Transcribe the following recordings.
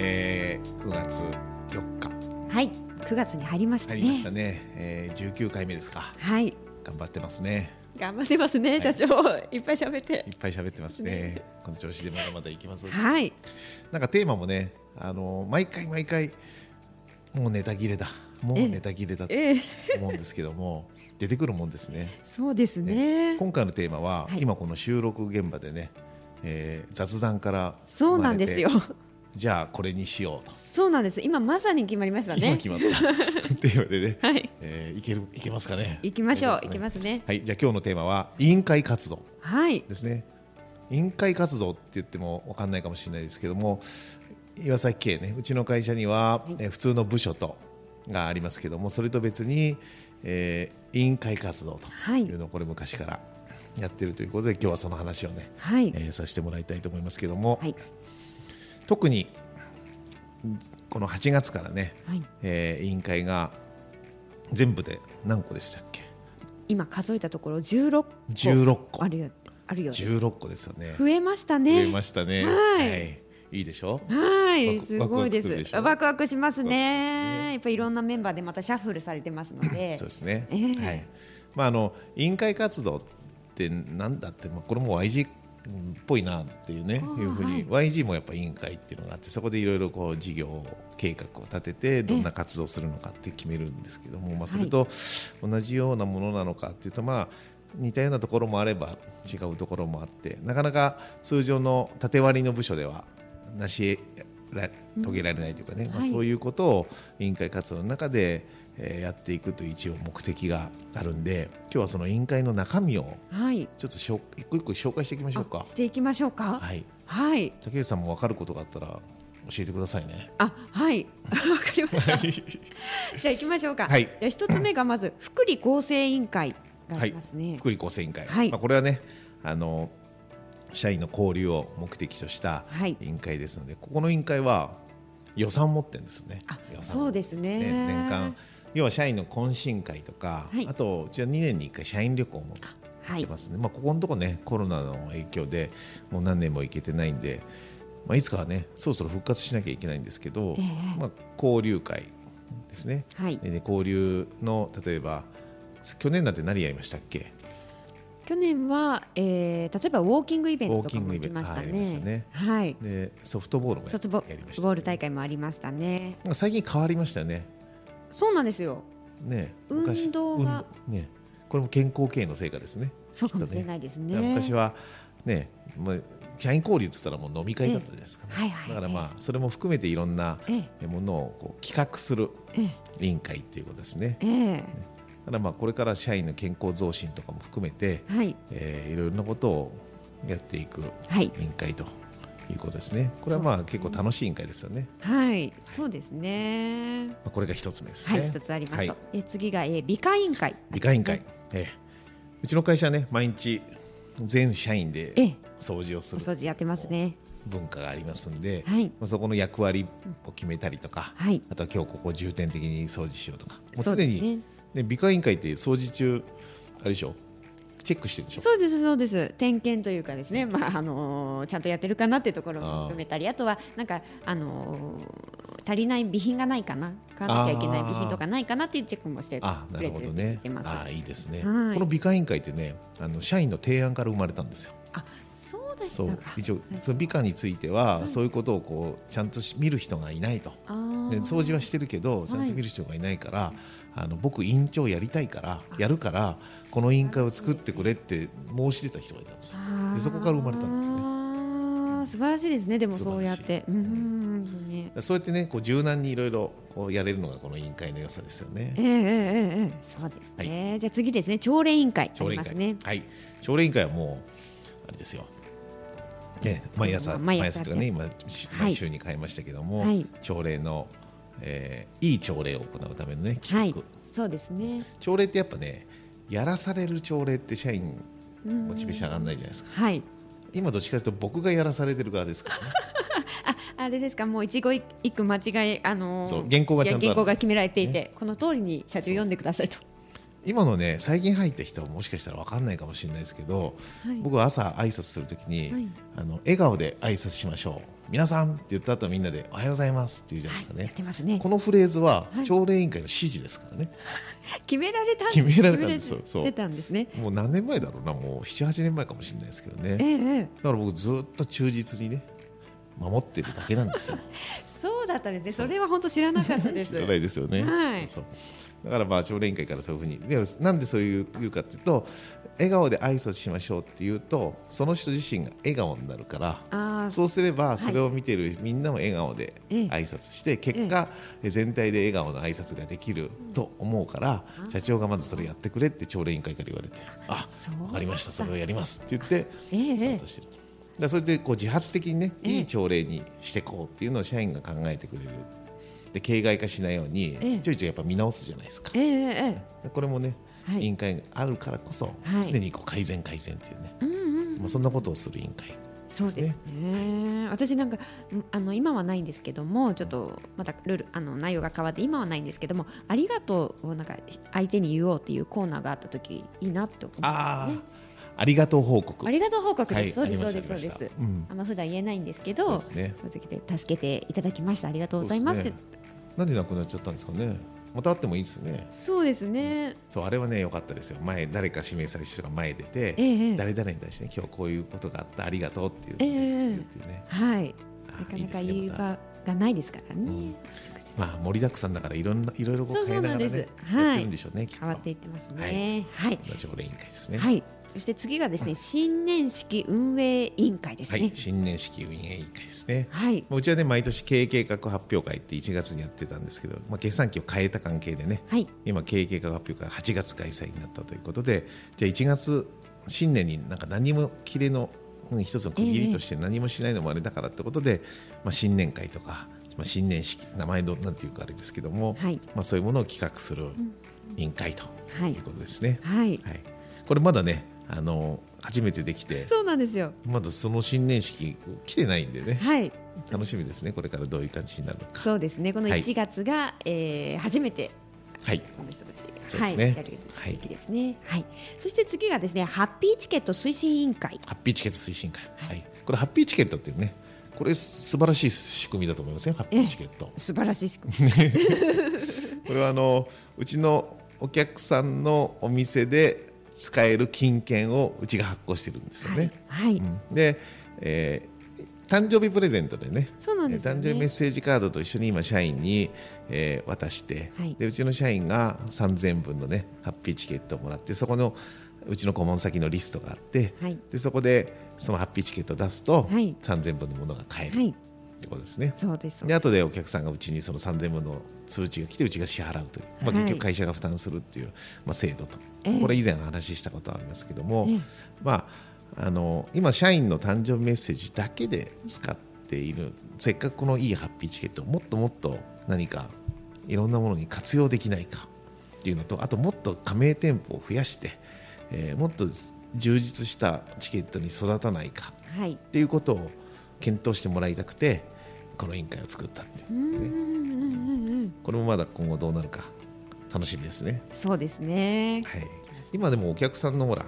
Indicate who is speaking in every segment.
Speaker 1: えー、9月4日
Speaker 2: はい9月に入りました
Speaker 1: 入
Speaker 2: ね
Speaker 1: りましたねえー、19回目ですか
Speaker 2: はい
Speaker 1: 頑張ってますね
Speaker 2: 頑張ってますね、
Speaker 1: い
Speaker 2: 社長いっぱい喋って
Speaker 1: いっぱい喋ってますねこの調子でまだまだいきます
Speaker 2: はい
Speaker 1: なんかテーマもねあの毎回毎回もうネタ切れだもうネタ切れだと
Speaker 2: ええ
Speaker 1: 思うんですけども出てくるもんですね
Speaker 2: そうです
Speaker 1: ね
Speaker 2: ね
Speaker 1: 今回のテーマは、
Speaker 2: はい
Speaker 1: 今この収録現場でね、えー雑談から
Speaker 2: そうなんですよ
Speaker 1: 生まれてじゃあこれにしようと、
Speaker 2: そうなんです今まさに決まりました
Speaker 1: 今
Speaker 2: ね
Speaker 1: 決まった っていうのでね、
Speaker 2: はい
Speaker 1: えーいけるいけますかね
Speaker 2: 行きましょう行きますすね
Speaker 1: はいじゃあ今日のテーマは委員会活動
Speaker 2: はい
Speaker 1: ですね委員会活動って言ってもわかんないかもしれないですけども岩崎系ねうちの会社には、えー普通の部署とがありますけどもそれと別に、えー委員会活動と
Speaker 2: はい
Speaker 1: いうのをこれ昔からやってるということで今日はその話をね、
Speaker 2: はい
Speaker 1: えーさせてもらいたいと思いますけども、
Speaker 2: はい
Speaker 1: 特にこの8月からね、
Speaker 2: はい
Speaker 1: えー委員会が全部で何個でしたっけ
Speaker 2: 今数えたところ16個
Speaker 1: 16個
Speaker 2: あるよあるようです
Speaker 1: 16個ですよね
Speaker 2: 増えましたね
Speaker 1: 増えましたね
Speaker 2: はい
Speaker 1: い、いいでしょ
Speaker 2: はい
Speaker 1: ワク
Speaker 2: すごい
Speaker 1: ワクワク
Speaker 2: で
Speaker 1: するで
Speaker 2: す
Speaker 1: しょ
Speaker 2: ワクワクします
Speaker 1: ワクワクする
Speaker 2: ねやっぱいろんなメンバーでまたシャッフルされてますので
Speaker 1: そうですね、
Speaker 2: えー
Speaker 1: はいまああの委員会活動ってなんだって、まあ、これも YG っぽいなっていうねいう
Speaker 2: あー
Speaker 1: ふうに、YG もやっぱ委員会っていうのがあってそこでいろいろこう事業計画を立ててどんな活動をするのかって決めるんですけども、まあ、それと同じようなものなのかっていうとまあ似たようなところもあれば違うところもあってなかなか通常の縦割りの部署ではなしら遂げられないというかね、まあ、
Speaker 2: はい
Speaker 1: そういうことを委員会活動の中で、えーやっていくという一応目的があるんで今日はその委員会の中身を
Speaker 2: はい
Speaker 1: ちょっとしょ一個一個紹介していきましょう
Speaker 2: あ
Speaker 1: か
Speaker 2: し。ていきましょうか
Speaker 1: はい、
Speaker 2: はい
Speaker 1: 竹内さんも分かることがあったら教えてくださいね。
Speaker 2: あはい わかりましたじゃあ行きましょうか。
Speaker 1: はい
Speaker 2: じゃあ一つ目がまず福利厚生委員会がありますね。
Speaker 1: 福利厚生委員会、
Speaker 2: はい
Speaker 1: まあ、これはねあの社員の交流を目的とした
Speaker 2: はい
Speaker 1: 委員会ですので、ここの委員会は予算を持ってるんですよね
Speaker 2: あ
Speaker 1: 予算
Speaker 2: そうですね
Speaker 1: ね年間要は社員の懇親会とか、
Speaker 2: はい
Speaker 1: あとうちは2年に1回社員旅行も
Speaker 2: は
Speaker 1: やっ
Speaker 2: い
Speaker 1: て。ますね、まあ、ここのとこねコロナの影響でもう何年も行けてないんで、まあ、いつかはねそろそろ復活しなきゃいけないんですけど、
Speaker 2: ええ
Speaker 1: まあ、交流会ですね、
Speaker 2: はい
Speaker 1: でね交流の例えば去年なんて何やりましたっけ
Speaker 2: 去年は、えー、例えばウォーキングイベント
Speaker 1: ウォ
Speaker 2: とか
Speaker 1: ーキング
Speaker 2: も
Speaker 1: イ
Speaker 2: 行
Speaker 1: ベ
Speaker 2: き
Speaker 1: ント
Speaker 2: ました
Speaker 1: ありました
Speaker 2: ね
Speaker 1: ね。
Speaker 2: はい。
Speaker 1: でソフトボールもや
Speaker 2: 卒ボ
Speaker 1: やりましたね
Speaker 2: ボール大会もありましたね。
Speaker 1: なんか最近変わりましたね
Speaker 2: そうなんですよ。
Speaker 1: ね
Speaker 2: 運動が
Speaker 1: 運ねこれも健康経営の成果ですね
Speaker 2: そうかもしれないですね。
Speaker 1: だから昔はね、まあ、社員交流って言ったらもう飲み会だったじゃないですか、ね
Speaker 2: ええはいはい
Speaker 1: だからまあそれも含めていろんな
Speaker 2: え
Speaker 1: ものをこう企画する
Speaker 2: ええ
Speaker 1: 委員会っていうことですね
Speaker 2: ええ
Speaker 1: ただまあこれから社員の健康増進とかも含めて、
Speaker 2: えはい
Speaker 1: えーいろいろなことをやっていく
Speaker 2: はい
Speaker 1: 委員会ということですねこれはまあ結構楽しい委員会ですよね、
Speaker 2: はいそうですね。
Speaker 1: まあ、これが一つ目です
Speaker 2: は
Speaker 1: ね
Speaker 2: い一つありますと。
Speaker 1: はい
Speaker 2: で次が、えー、美化委員会。
Speaker 1: 理科委員会、ええうちの会社はね毎日全社員で
Speaker 2: ええ
Speaker 1: 掃除をす
Speaker 2: お
Speaker 1: る
Speaker 2: 掃除やってますね。
Speaker 1: 文化がありますんで、
Speaker 2: はい
Speaker 1: まあそこの役割を決めたりとか、
Speaker 2: はい
Speaker 1: あとは今日ここ重点的に掃除しようとかもう
Speaker 2: そう
Speaker 1: 常
Speaker 2: ですね
Speaker 1: に、ね、美化委員会って掃除中あれでしょチェックしてるでしょ
Speaker 2: そうですそうです点検というかですね、まああのーちゃんとやってるかなっていうところも含めたりあとはなんか、あのー足りない備品がないかな買わなきゃいけない備品とかないかなっていうチェックもして
Speaker 1: あ
Speaker 2: く
Speaker 1: な
Speaker 2: れ
Speaker 1: る
Speaker 2: て
Speaker 1: ほ
Speaker 2: る
Speaker 1: ど
Speaker 2: って言っ
Speaker 1: ね
Speaker 2: てます
Speaker 1: あいいですね、
Speaker 2: はい
Speaker 1: この美化委員会ってねあの社員の提案から生まれたんですよ
Speaker 2: あそうでし
Speaker 1: そ
Speaker 2: た
Speaker 1: う
Speaker 2: か
Speaker 1: 一応その美化については、そういうことをこうちゃんとし見る人がいないと
Speaker 2: あー
Speaker 1: で掃除はしてるけどちゃんと見る人がいないから、あの僕委員長やりたいからやるからこの委員会を作ってくれって申し出た人がいたんですよでそこから生まれたんですね
Speaker 2: あー素晴らしいですねでも
Speaker 1: 素
Speaker 2: そう
Speaker 1: 晴
Speaker 2: や
Speaker 1: ら
Speaker 2: っ
Speaker 1: しい
Speaker 2: てうんうんうんね
Speaker 1: そうやってねこう柔軟にいろいろこうやれるのがこの委員会の良さですよ
Speaker 2: え
Speaker 1: ね
Speaker 2: えええええそうですね、じゃあ次ですね朝礼委員会あ
Speaker 1: 朝礼委
Speaker 2: り
Speaker 1: 員
Speaker 2: ま
Speaker 1: 会
Speaker 2: すね
Speaker 1: はい朝礼委員会はもうあれですよね、毎朝
Speaker 2: 毎
Speaker 1: 毎
Speaker 2: 朝
Speaker 1: 朝とかね今し
Speaker 2: はい
Speaker 1: 毎週に変えましたけども、
Speaker 2: はい
Speaker 1: 朝礼の、えーいい朝礼を行うためのね企画、
Speaker 2: そうですね。
Speaker 1: 朝礼ってやっぱねやらされる朝礼って社員
Speaker 2: うん
Speaker 1: モチベーション上がんないじゃないですか
Speaker 2: はい。
Speaker 1: 今どっちかというと僕がやらされてる側です からね
Speaker 2: あ、あれですか。もう一語一句間違い、あのー
Speaker 1: そう原稿がちゃんとある
Speaker 2: 原稿が決められていて、
Speaker 1: ね
Speaker 2: この通りに社長読んでくださいと。
Speaker 1: 今のね最近入った人はもしかしたら分かんないかもしれないですけど、
Speaker 2: はい
Speaker 1: 僕は朝挨拶するときに、
Speaker 2: はい
Speaker 1: あの笑顔で挨拶しましょう皆さんって言った後はみんなで「おはようございます」って言うじゃないですか
Speaker 2: はい、や
Speaker 1: ね
Speaker 2: っ、てますね
Speaker 1: こ。のフレーズは
Speaker 2: はい
Speaker 1: 朝礼委員会の指示ですからね、
Speaker 2: 決められた。
Speaker 1: 決められたんですよ
Speaker 2: 決められてたんですね。
Speaker 1: もう何年前だろうなもう78年前かもしれないですけどね
Speaker 2: ええええ、
Speaker 1: だから僕ずっと忠実にね守ってるだけなんですよ
Speaker 2: そうだったんですね。それは本当知らなかったです。
Speaker 1: 知らないですよね、
Speaker 2: はい
Speaker 1: そうだからまあ朝礼委員会からそういうふうにでなんでそういう言うかっていうと笑顔で挨拶しましょうっていうとその人自身が笑顔になるから
Speaker 2: ああ、
Speaker 1: そうすればそれを見てるみんなも笑顔で
Speaker 2: ええ
Speaker 1: 挨拶して結果全体で笑顔の挨拶ができると思うから
Speaker 2: うん
Speaker 1: 社長がまずそれやってくれって朝礼委員会から言われてあ
Speaker 2: そう
Speaker 1: わかりましたそれをやりますって言って
Speaker 2: ええ
Speaker 1: スタートしてる。だからそれでこう自発的にね
Speaker 2: ええ
Speaker 1: いい朝礼にしてこうっていうのを社員が考えてくれるで形骸化しないよう
Speaker 2: ええ
Speaker 1: にちょいちょいやっぱ見直すじゃないですか
Speaker 2: えええええ
Speaker 1: これもね
Speaker 2: え、は
Speaker 1: 委
Speaker 2: い。
Speaker 1: 員会があるからこそ
Speaker 2: はい
Speaker 1: 常にこう改善改善っていうね
Speaker 2: うんうんうん
Speaker 1: まあそんなことをする委員会
Speaker 2: そうですね。私なんかんあの今はないんですけども、ちょっとまたルールあの内容が変わって今はないんですけども、ありがとうをなんか相手に言おうっていうコーナーがあった時いいなって思いま
Speaker 1: あ
Speaker 2: すね。
Speaker 1: あありがとう報告
Speaker 2: ありがとう報告
Speaker 1: は
Speaker 2: で
Speaker 1: い
Speaker 2: す。そうです
Speaker 1: あ
Speaker 2: そ
Speaker 1: り
Speaker 2: うで
Speaker 1: ますし
Speaker 2: そ
Speaker 1: た
Speaker 2: うです。
Speaker 1: ありましたうん
Speaker 2: あんま普段言えないんですけ
Speaker 1: そう
Speaker 2: ど、
Speaker 1: ですね
Speaker 2: その時で助けていただきましたありがとうございますって
Speaker 1: そう。なんでなくなっちゃったんですかねまたあってもいいですね
Speaker 2: そうですね。
Speaker 1: そうあれはね良かったですよ前誰か指名される人が前出て、
Speaker 2: ええええ
Speaker 1: 誰々に対して、ね、今日こういうことがあったありがとうっていう、
Speaker 2: ええええ
Speaker 1: 言うっていうね
Speaker 2: はい。
Speaker 1: あ
Speaker 2: なか
Speaker 1: いい
Speaker 2: な
Speaker 1: ですねまた
Speaker 2: か言い場がないですからね。
Speaker 1: うんまあ盛りだくさんだからいろんないろいろこ
Speaker 2: そう
Speaker 1: う
Speaker 2: そう
Speaker 1: 変えながらね
Speaker 2: なんです
Speaker 1: やってるんでしょうね、きっと
Speaker 2: 変わっていってますね。はい。
Speaker 1: こんな朝礼委員会ですね
Speaker 2: はい。そして次がですね、新年式運営委員会です
Speaker 1: は
Speaker 2: ね。
Speaker 1: い新年式運営委員会ですね
Speaker 2: はい。
Speaker 1: まあうちはね毎年経営計画発表会って1月にやってたんですけど、まあ、決算期を変えた関係でね
Speaker 2: はい。
Speaker 1: 今経営計画発表会8月開催になったということでじゃあ1月新年になんか何も切れのうん一つの区切りとして何もしないのもあれだからってことで、まあ、新年会とか、まあ、新年式名前どなんていうかあれですけども、
Speaker 2: はい
Speaker 1: まあ、そういうものを企画する委員会と
Speaker 2: はい
Speaker 1: い。うことですね。
Speaker 2: はい。
Speaker 1: はいこれまだねあの初めてできて
Speaker 2: そうなんですよ。
Speaker 1: まだその新年式来てないんでね
Speaker 2: はい。
Speaker 1: 楽しみですねこれからどういう感じになるのか。
Speaker 2: そうですね。この
Speaker 1: はい
Speaker 2: 1月が、えー初めて
Speaker 1: はい
Speaker 2: この人たち
Speaker 1: そうですね
Speaker 2: はい、やる
Speaker 1: はい
Speaker 2: 時ですね、はい。そして次がですね、ハッピーチケット推進委員会。
Speaker 1: ハッピーチケット推進会、はい、これハッピーチケットっていうね、これ素晴らしい仕組みだと思いますね、ハッピーチケット。
Speaker 2: 素晴らしい仕組
Speaker 1: これはあのうちのお客さんのお店で使える金券をうちが発行してるんですよ
Speaker 2: み。
Speaker 1: ね。
Speaker 2: はい。はい
Speaker 1: うんで、えー誕生日プレゼントでね。
Speaker 2: そうなんですよね。
Speaker 1: 誕生日メッセージカードと一緒に今社員に、えー渡して、
Speaker 2: はい
Speaker 1: でうちの社員が3000分のねハッピーチケットをもらってそこのうちの顧問先のリストがあって、
Speaker 2: はい
Speaker 1: でそこでそのハッピーチケットを出すと、
Speaker 2: はい
Speaker 1: 3000分のものが買える
Speaker 2: はい。
Speaker 1: ってことですね。
Speaker 2: そうです。そう
Speaker 1: で
Speaker 2: です
Speaker 1: 後でお客さんがうちにその3000分の通知が来てうちが支払うという、まあ、
Speaker 2: はい
Speaker 1: 結局会社が負担するっていう、まあ、制度と、
Speaker 2: ええ
Speaker 1: これ以前お話ししたことありますけども、
Speaker 2: ええ
Speaker 1: まあ、あの今社員の誕生日メッセージだけで使っているせっかくこのいいハッピーチケットをもっともっと何かいろんなものに活用できないかっていうのとあともっと加盟店舗を増やして、えーもっと充実したチケットに育たないか
Speaker 2: はい。
Speaker 1: っていうことを検討してもらいたくてこの委員会を作ったっていう
Speaker 2: うーんうんうんうん。
Speaker 1: これもまだ今後どうなるか楽しみですね、
Speaker 2: そうですね。
Speaker 1: はい、今でもお客さんのほら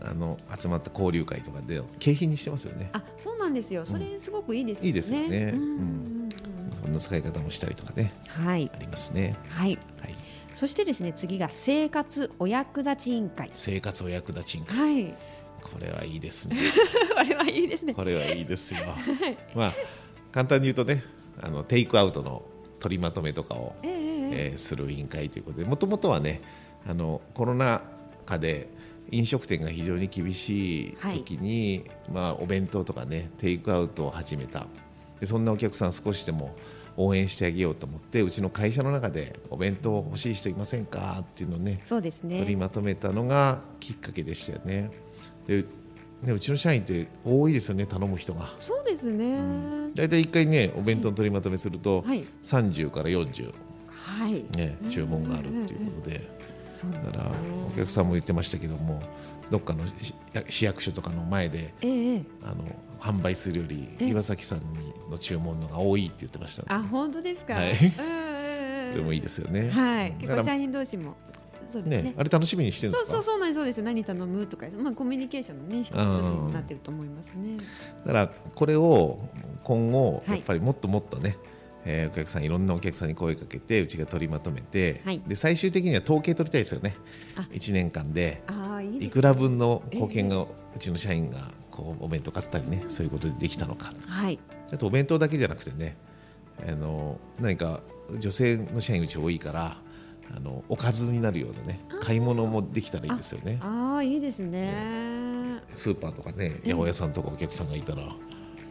Speaker 1: あの集まった交流会とかで景品にしてますよね
Speaker 2: あ、そうなんですよ。それすごくいいですよね。
Speaker 1: いいですよね
Speaker 2: うんうんうん
Speaker 1: そんな使い方もしたりとかね
Speaker 2: はい
Speaker 1: あ。りますね、
Speaker 2: はい。
Speaker 1: はい、
Speaker 2: そしてですね、次が生活お役立ち委員会。
Speaker 1: 生活お役立ち委員会
Speaker 2: はい。
Speaker 1: これはいいですね
Speaker 2: あれはいいですね。
Speaker 1: これはいいですよまあ簡単に言うとねあのテイクアウトの取りまとめとかを
Speaker 2: ええええ
Speaker 1: えーする委員会ということでもともとはねあのコロナ禍で飲食店が非常に厳しい時に、まあ、お弁当とかねテイクアウトを始めたでそんなお客さん少しでも応援してあげようと思ってうちの会社の中でお弁当欲しい人いませんかっていうのをね
Speaker 2: そうです
Speaker 1: 取り
Speaker 2: ね。
Speaker 1: まとめたのがきっかけでしたよね。でね、うちの社員って多いですよね頼む人が
Speaker 2: そうですね、
Speaker 1: 大体1回ねお弁当の取りまとめすると、
Speaker 2: はい
Speaker 1: 30から40、
Speaker 2: はい
Speaker 1: ね、注文があるっていうことで、
Speaker 2: そうなん
Speaker 1: だ
Speaker 2: だ
Speaker 1: からお客さんも言ってましたけどもどっかの市市役所とかの前で
Speaker 2: ええええ
Speaker 1: あの販売するより
Speaker 2: え
Speaker 1: 岩崎さんにの注文のが多いって言ってました
Speaker 2: あ本当ですか、
Speaker 1: はい
Speaker 2: うんうんうん
Speaker 1: それもいいですよね、
Speaker 2: はい、
Speaker 1: うん
Speaker 2: 結
Speaker 1: だ
Speaker 2: 構
Speaker 1: か
Speaker 2: 社
Speaker 1: ら
Speaker 2: 員同士もそうですね
Speaker 1: ねあれ楽しみにしてるんで
Speaker 2: そう
Speaker 1: すか
Speaker 2: そうそうなんですそうです何頼むとか、まあコミュニケーションのね一つになってると思いますね。
Speaker 1: だからこれを今後
Speaker 2: はい
Speaker 1: やっぱりもっともっとね、えーお客さんいろんなお客さんに声かけてうちが取りまとめて、
Speaker 2: はい
Speaker 1: で最終的には統計取りたいですよね
Speaker 2: あ
Speaker 1: 1年間で
Speaker 2: ああいいですね
Speaker 1: いくら分の貢献がうちの社員がこうお弁当買ったりねそういうことでできたのか
Speaker 2: はい
Speaker 1: あとお弁当だけじゃなくてねあの何か女性の社員うち多いからあのおかずになるようなね買い物もできたらいいですよね
Speaker 2: ああいいですね。
Speaker 1: スーパーとかね
Speaker 2: ええ
Speaker 1: 八百屋さんとかお客さんがいたら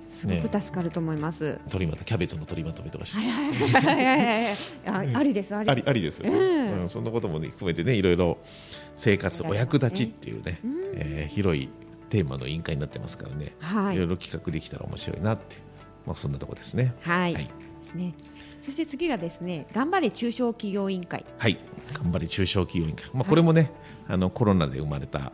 Speaker 2: すごく助かると思います。
Speaker 1: 取りまとキャベツの取りまとめとかして
Speaker 2: はい はいはいはいはいあありですあり
Speaker 1: あ
Speaker 2: で
Speaker 1: り
Speaker 2: す。
Speaker 1: ありですよね、
Speaker 2: うん
Speaker 1: うんそんなことも、ね、含めてねいろいろ生活お役立ちっていうね、えー広いテーマの委員会になってますからね、、
Speaker 2: はいい
Speaker 1: ろいろ企画できたら面白いなって、まあ、そんなとこですね。
Speaker 2: はい、
Speaker 1: はい
Speaker 2: ですね。そして次がですね頑張れ中小企業委員会
Speaker 1: はい、頑張り中小企業委員会、まあ、これもね、あのコロナで生まれた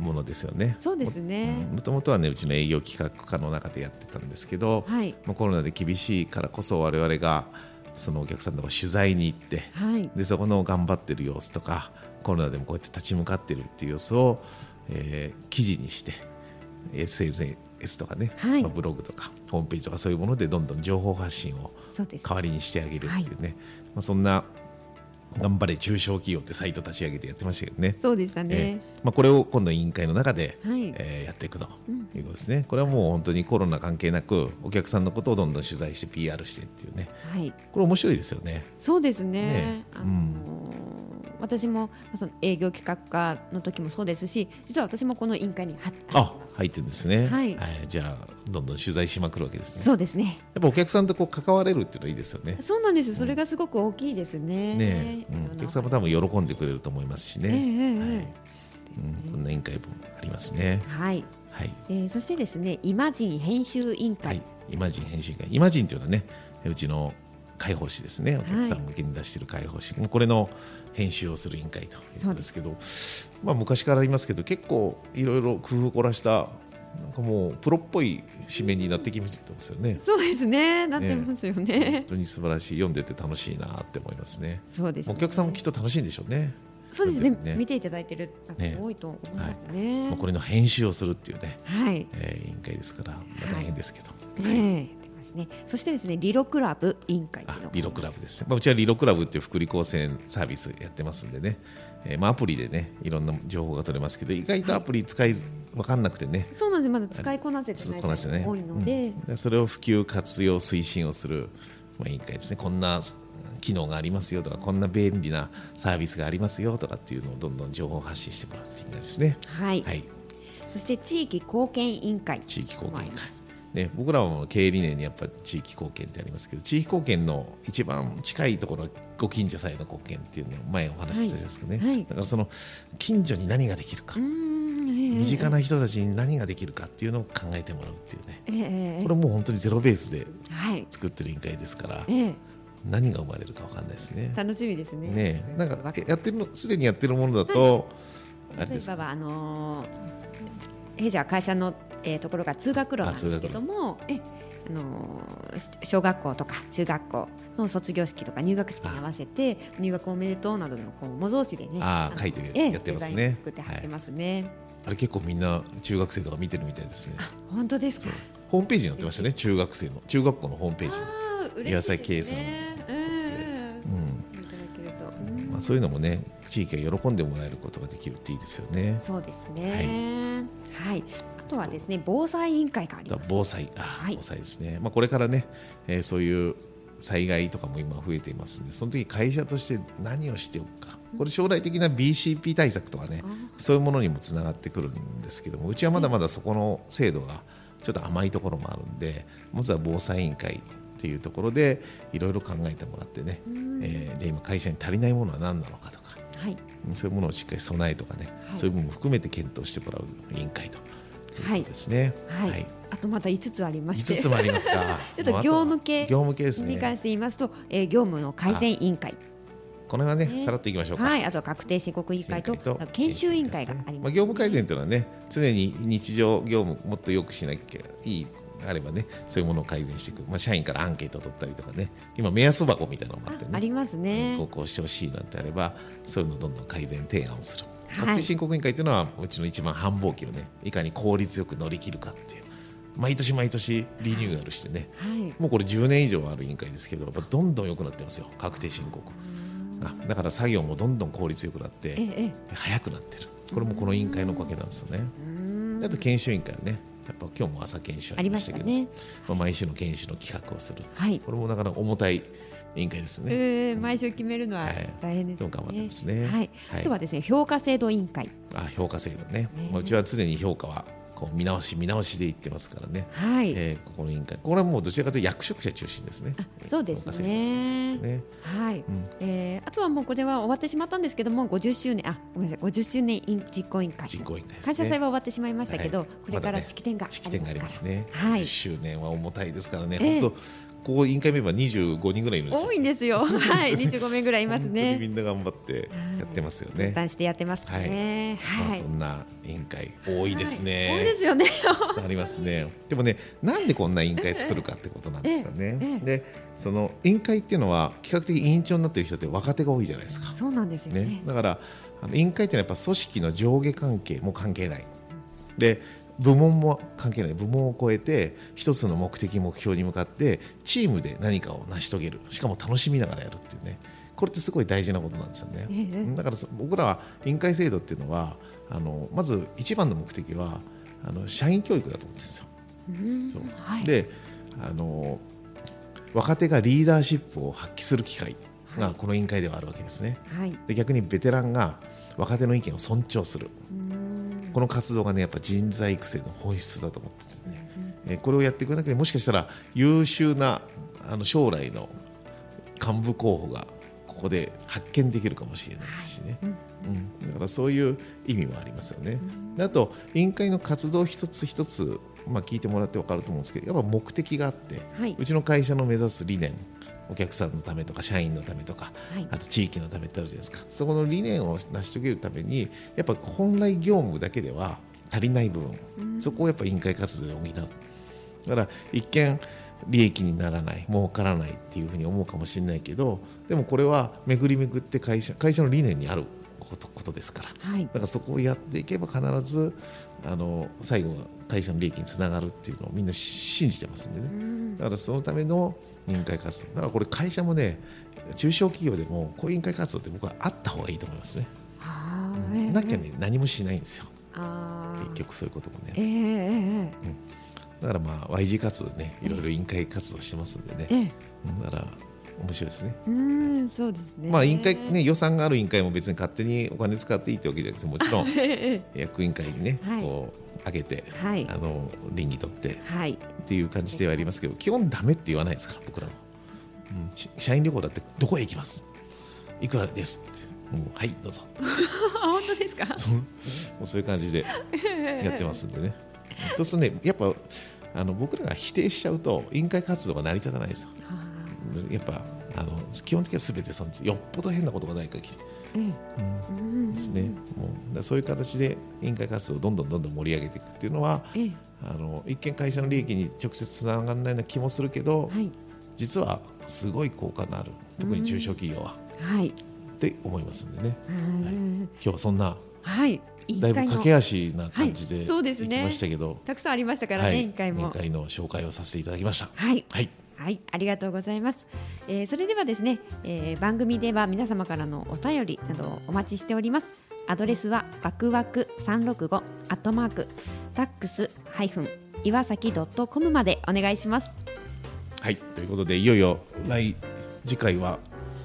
Speaker 1: ものですよね。
Speaker 2: そうですね。
Speaker 1: もともとはねうちの営業企画課の中でやってたんですけど、
Speaker 2: はい
Speaker 1: まあ、コロナで厳しいからこそ我々がそのお客さんとか取材に行って、
Speaker 2: はい
Speaker 1: でそこの頑張ってる様子とかコロナでもこうやって立ち向かってるっていう様子を、えー記事にして SNS とかね、
Speaker 2: はい
Speaker 1: まあブログとかホームページとかそういうものでどんどん情報発信を
Speaker 2: そうです。
Speaker 1: 代わりにしてあげるっていうね、まあ、そんな頑張れ中小企業ってサイト立ち上げてやってましたけどね。
Speaker 2: そうでしたね
Speaker 1: え。ーまあ、これを今度委員会の中で、
Speaker 2: はい
Speaker 1: えーやっていくということですね、これはもう本当にコロナ関係なくお客さんのことをどんどん取材して PR してっていうね
Speaker 2: はい。
Speaker 1: これ面白いですよね。
Speaker 2: そうですね。
Speaker 1: ね
Speaker 2: あのー私もその営業企画課の時もそうですし、実は私もこの委員会に入って
Speaker 1: あ
Speaker 2: ます。
Speaker 1: 入ってるんですね、
Speaker 2: はい
Speaker 1: じゃあどんどん取材しまくるわけですね
Speaker 2: そうですね。
Speaker 1: やっぱお客さんとこう関われるっていうのはいいですよね
Speaker 2: そうなんです。それがすごく大きいですね。
Speaker 1: ねえ、うんお客さんも多分喜んでくれると思いますしね、
Speaker 2: ええええ
Speaker 1: は
Speaker 2: え
Speaker 1: いうん、こんな委員会もありますね
Speaker 2: はい。
Speaker 1: はい、
Speaker 2: えー、そしてですね、イマジン編集委員
Speaker 1: は
Speaker 2: 会。
Speaker 1: い、イマジン編集会イマジンというのはねうちの解放誌ですねお客さん向けに出している解放誌、もうこれの編集をする委員会ということですけどまあ昔からありますけど結構いろいろ工夫を凝らしたなんかもうプロっぽい締めになってきまますよね
Speaker 2: そうですね。なってますよね。
Speaker 1: 本当に素晴らしい読んでて楽しいなって思いますね
Speaker 2: そうです、
Speaker 1: お客さんもきっと楽しいんでしょうね、
Speaker 2: そうですね
Speaker 1: なんていう
Speaker 2: 見ていただいてる方
Speaker 1: ね
Speaker 2: も多いと思いますね。
Speaker 1: まあ、これの編集をするっていうね、
Speaker 2: はい。
Speaker 1: えー委員会ですから、まあ、大変ですけど、
Speaker 2: ねえ、出ますね。そしてですね、リロクラブ委員会という
Speaker 1: あ
Speaker 2: のがあります
Speaker 1: リロクラブですね、まあ、うちはリロクラブっていう福利厚生サービスやってますんでね、えーまあ、アプリでねいろんな情報が取れますけど意外とアプリ使い分かんなくてね
Speaker 2: そうなんです。まだ使いこなせてない
Speaker 1: こなしてね、
Speaker 2: 多いので、
Speaker 1: うんでそれを普及活用推進をする、まあ、委員会ですねこんな機能がありますよとかこんな便利なサービスがありますよとかっていうのをどんどん情報発信してもらうっていう意味ですね。
Speaker 2: はい、
Speaker 1: はい
Speaker 2: そして地域貢献委員会
Speaker 1: 地域貢
Speaker 2: もあ
Speaker 1: 献委
Speaker 2: り
Speaker 1: 員
Speaker 2: ま
Speaker 1: 会
Speaker 2: す。
Speaker 1: ね、僕らも経営理念にやっぱ地域貢献ってありますけど地域貢献の一番近いところはご近所さんへの貢献っていうのを前お話ししたじゃないですかね、
Speaker 2: はいはい
Speaker 1: だからその近所に何ができるか
Speaker 2: うーん、
Speaker 1: 身近
Speaker 2: な、
Speaker 1: な人たちに何ができるかっていうのを考えてもらうっていうね
Speaker 2: えええ
Speaker 1: これもう本当にゼロベースで
Speaker 2: えはい、
Speaker 1: 作ってる委員会ですから
Speaker 2: ええ
Speaker 1: 何が生まれるか分かんないですね。
Speaker 2: 楽しみですね。
Speaker 1: ねえなんか
Speaker 2: わ
Speaker 1: えやってるのすでにやってるものだと、あれ
Speaker 2: 例え
Speaker 1: です
Speaker 2: ばはあのー、弊社は会社の、えー、ところが通学路なんですけども、えあのーし小学校とか中学校の卒業式とか入学式に合わせて入学おめでとうなどのこう模造紙でね、
Speaker 1: あ
Speaker 2: の
Speaker 1: ー書いてる
Speaker 2: ええ
Speaker 1: やってますね
Speaker 2: デザイン作って貼ってますね。
Speaker 1: あれ結構みんな中学生とか見てるみたいですね。
Speaker 2: 本当ですか。
Speaker 1: ホームページに載ってましたね中学生の中学校のホームページに。
Speaker 2: あー嬉しいですね
Speaker 1: 岩崎圭さん
Speaker 2: うんうんうんいただけるとうん
Speaker 1: まあ、そういうのもね地域が喜んでもらえることができるっていいですよね。
Speaker 2: そうですね。はい。あとはですね、防災委員会があり
Speaker 1: だ
Speaker 2: ます。
Speaker 1: 防災あ、
Speaker 2: はい
Speaker 1: 防災ですね、まあ、これからね、えーそういう災害とかも今増えていますんでその時会社として何をしておくかこれ将来的な BCP 対策とかねそういうものにもつながってくるんですけどもうちはまだまだそこの制度がちょっと甘いところもあるんでまずは防災委員会っていうところでいろいろ考えてもらってね、えーで今会社に足りないものは何なのかとか
Speaker 2: はい。
Speaker 1: そういうものをしっかり備えとかね、
Speaker 2: はい
Speaker 1: そういう部分も含めて検討してもらう委員会とということですね。
Speaker 2: はい、あとまた5つありまして
Speaker 1: 5つもありますか
Speaker 2: ちょっと
Speaker 1: もうあは
Speaker 2: 業務系
Speaker 1: 業務系です
Speaker 2: に関
Speaker 1: ね
Speaker 2: して言いますと、えー、業務の改善委員会
Speaker 1: この辺は
Speaker 2: ね
Speaker 1: ねさらっといきましょうか、
Speaker 2: はい、あとは確定申告委員会と研修委員会があり
Speaker 1: ま
Speaker 2: ま
Speaker 1: あ、
Speaker 2: す。
Speaker 1: 業務改善というのはね常に日常業務もっと良くしなきゃいいあればねそういうものを改善していく、まあ、社員からアンケートを取ったりとかね今目安箱みたいなのもあってね
Speaker 2: あありますね。
Speaker 1: こうこうしてほしいなんてあればそういうのをどんどん改善提案をする
Speaker 2: はい
Speaker 1: 確定申告委員会というのはうちの一番繁忙期をねいかに効率よく乗り切るかっていう毎年毎年リニューアルしてね
Speaker 2: はい。
Speaker 1: もうこれ10年以上ある委員会ですけどやっぱどんどん良くなってますよ確定申告がだから作業もどんどん効率よくなっ
Speaker 2: ええ
Speaker 1: て
Speaker 2: ええ
Speaker 1: 早くなってるこれもこの委員会のおかげなんですよね
Speaker 2: うーん
Speaker 1: あと研修委員会はねやっぱ今日も朝研修あ
Speaker 2: あ
Speaker 1: り
Speaker 2: り
Speaker 1: ま
Speaker 2: ま
Speaker 1: し
Speaker 2: したた
Speaker 1: けど
Speaker 2: ね。
Speaker 1: まあ、毎週の研修の企画をする
Speaker 2: はい。
Speaker 1: これもなかなか重たい委員会ですね、
Speaker 2: ええ毎週決めるのは
Speaker 1: はい
Speaker 2: 大変です
Speaker 1: でも
Speaker 2: ね。
Speaker 1: 頑張ってますね。
Speaker 2: はい。あとはですね評価制度委員会。
Speaker 1: あ評価制度ね。
Speaker 2: ね
Speaker 1: まあうちは常に評価はこう見直し見直しでいってますからね。
Speaker 2: はい。
Speaker 1: えーここの委員会、これはもうどちらかというと役職者中心ですね。
Speaker 2: そうです
Speaker 1: 評
Speaker 2: ね
Speaker 1: 価制。度ね。
Speaker 2: はい。
Speaker 1: うん
Speaker 2: えーあとはもうこれは終わってしまったんですけども50周年あごめんなさい50周年委員実行委員会
Speaker 1: 実行委員会ですね。
Speaker 2: 感謝祭は終わってしまいましたけど、
Speaker 1: はい
Speaker 2: これから式典があります
Speaker 1: 式
Speaker 2: から、
Speaker 1: 典がありますね。
Speaker 2: はい
Speaker 1: 10周年は重たいですからね。
Speaker 2: ええ
Speaker 1: 本当、ここ委員会メンバー25人ぐらいいるんですよ。
Speaker 2: 多いんですよはい25名ぐらいいます
Speaker 1: 本当にみ
Speaker 2: ね
Speaker 1: んな頑張ってやってますよね。
Speaker 2: 分担してやってますね
Speaker 1: まあ
Speaker 2: はい
Speaker 1: そんな委員会多いですね。
Speaker 2: はい多いです よね。
Speaker 1: ありますね。でもね、なんでこんな委員会作るかってことなんですよ
Speaker 2: えええ
Speaker 1: ね
Speaker 2: え。
Speaker 1: で、その委員会っていうのは比較的委員長になってる人って若手が多いじゃないですか。
Speaker 2: そうなんですよね。
Speaker 1: ね、だからあの委員会っていうのはやっぱ組織の上下関係も関係ない。で、部門も関係ない部門を超えて一つの目的目標に向かってチームで何かを成し遂げるしかも楽しみながらやるっていうねこれってすごい大事なことなんですよね。
Speaker 2: ええ
Speaker 1: だからそ僕らは委員会制度っていうのはあのまず一番の目的はあの社員教育だと思ってるんですよ。
Speaker 2: うん
Speaker 1: そう
Speaker 2: はい。
Speaker 1: であの若手がリーダーシップを発揮する機会がこの委員会ではあるわけですね。
Speaker 2: はい。
Speaker 1: で逆にベテランが若手の意見を尊重する
Speaker 2: うん
Speaker 1: この活動がねやっぱ人材育成の本質だと思っててね、えーこれをやっていくだけでもしかしたら優秀なあの将来の幹部候補がここで発見できるかもしれないですしね、うん、だからそういう意味もありますよね。であと委員会の活動一つ一つ、まあ、聞いてもらって分かると思うんですけどやっぱ目的があって、
Speaker 2: はいう
Speaker 1: ちの会社の目指す理念お客さんのためとか社員のためとか、
Speaker 2: はい
Speaker 1: あと地域のためってあるじゃないですかそこの理念を成し遂げるためにやっぱ本来業務だけでは足りない部分そこをやっぱ委員会活動で補うだから一見利益にならない儲からないっていうふうに思うかもしれないけどでもこれは巡り巡って会社会社の理念にあることことですから
Speaker 2: はい
Speaker 1: だからそこをやっていけば必ずあの最後は会社の利益につながるっていうのをみんな信じてますんでねだからそのための委員会活動だからこれ会社もね中小企業でもこういう委員会活動って僕はあった方がいいと思いますね、
Speaker 2: はい。
Speaker 1: なきゃね何もしないんですよ
Speaker 2: あー
Speaker 1: 結局そういうことも
Speaker 2: え
Speaker 1: ね
Speaker 2: えええ
Speaker 1: だからまあ YG 活動ねいろいろ委員会活動してますんでね
Speaker 2: ええええ
Speaker 1: うんだから面白いですね
Speaker 2: うんそうですね。
Speaker 1: まあ委員会ね予算がある委員会も別に勝手にお金使っていいってわけじゃなくてもちろん
Speaker 2: え え。え
Speaker 1: 役員会にね、
Speaker 2: はい
Speaker 1: こう上げて、
Speaker 2: えはい
Speaker 1: あの倫理とってっ
Speaker 2: はい。
Speaker 1: ていう感じではありますけど基本ダメって言わないですから僕らも、うん、し社員旅行だってどこへ行きますいくらですってもうはいどうぞ
Speaker 2: あ本当ですか。
Speaker 1: そうもうそういう感じでやってますんでねそうするとねやっぱあの僕らが否定しちゃうと委員会活動が成り立たないですよ
Speaker 2: あ
Speaker 1: やっぱあの基本的には全てそのよっぽど変なことがない限り
Speaker 2: ーえ
Speaker 1: ですね、もうだからそういう形で委員会活動をどんどんどんどん盛り上げていくっていうのは
Speaker 2: えええ
Speaker 1: あの一見会社の利益に直接つながらないような気もするけど、
Speaker 2: はい
Speaker 1: 実はすごい効果のある特に中小企業は、
Speaker 2: はい。
Speaker 1: って思いますんでね
Speaker 2: うん
Speaker 1: 今日はそんな
Speaker 2: はい。委員
Speaker 1: だいぶ
Speaker 2: 会の
Speaker 1: 駆け足な感じ
Speaker 2: は
Speaker 1: で
Speaker 2: いそうです
Speaker 1: 行
Speaker 2: ね
Speaker 1: きましたけど、
Speaker 2: たくさんありましたから
Speaker 1: は
Speaker 2: ね
Speaker 1: い
Speaker 2: 委員会も。
Speaker 1: 委員会の紹介をさせていただきました。
Speaker 2: はい。
Speaker 1: はい
Speaker 2: はい、ありがとうございます。えーそれではですね、えー番組では皆様からのお便りなどをお待ちしております。アドレスはわくわく三六五アットマークタックスハイフン岩崎ドットコムまでお願いします。
Speaker 1: はい、ということでいよいよ来次回は、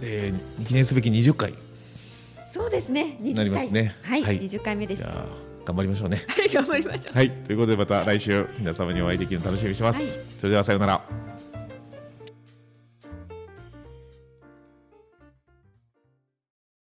Speaker 1: えー、記念すべき20回
Speaker 2: そうですね、二
Speaker 1: なりますね
Speaker 2: はい、
Speaker 1: はい
Speaker 2: 二十回目です。
Speaker 1: じゃ
Speaker 2: は
Speaker 1: あ頑張りましょうね。
Speaker 2: い、頑張りましょう。
Speaker 1: はい、ということでまた来週皆様にお会いできるのを楽しみにしてます。それではさようなら。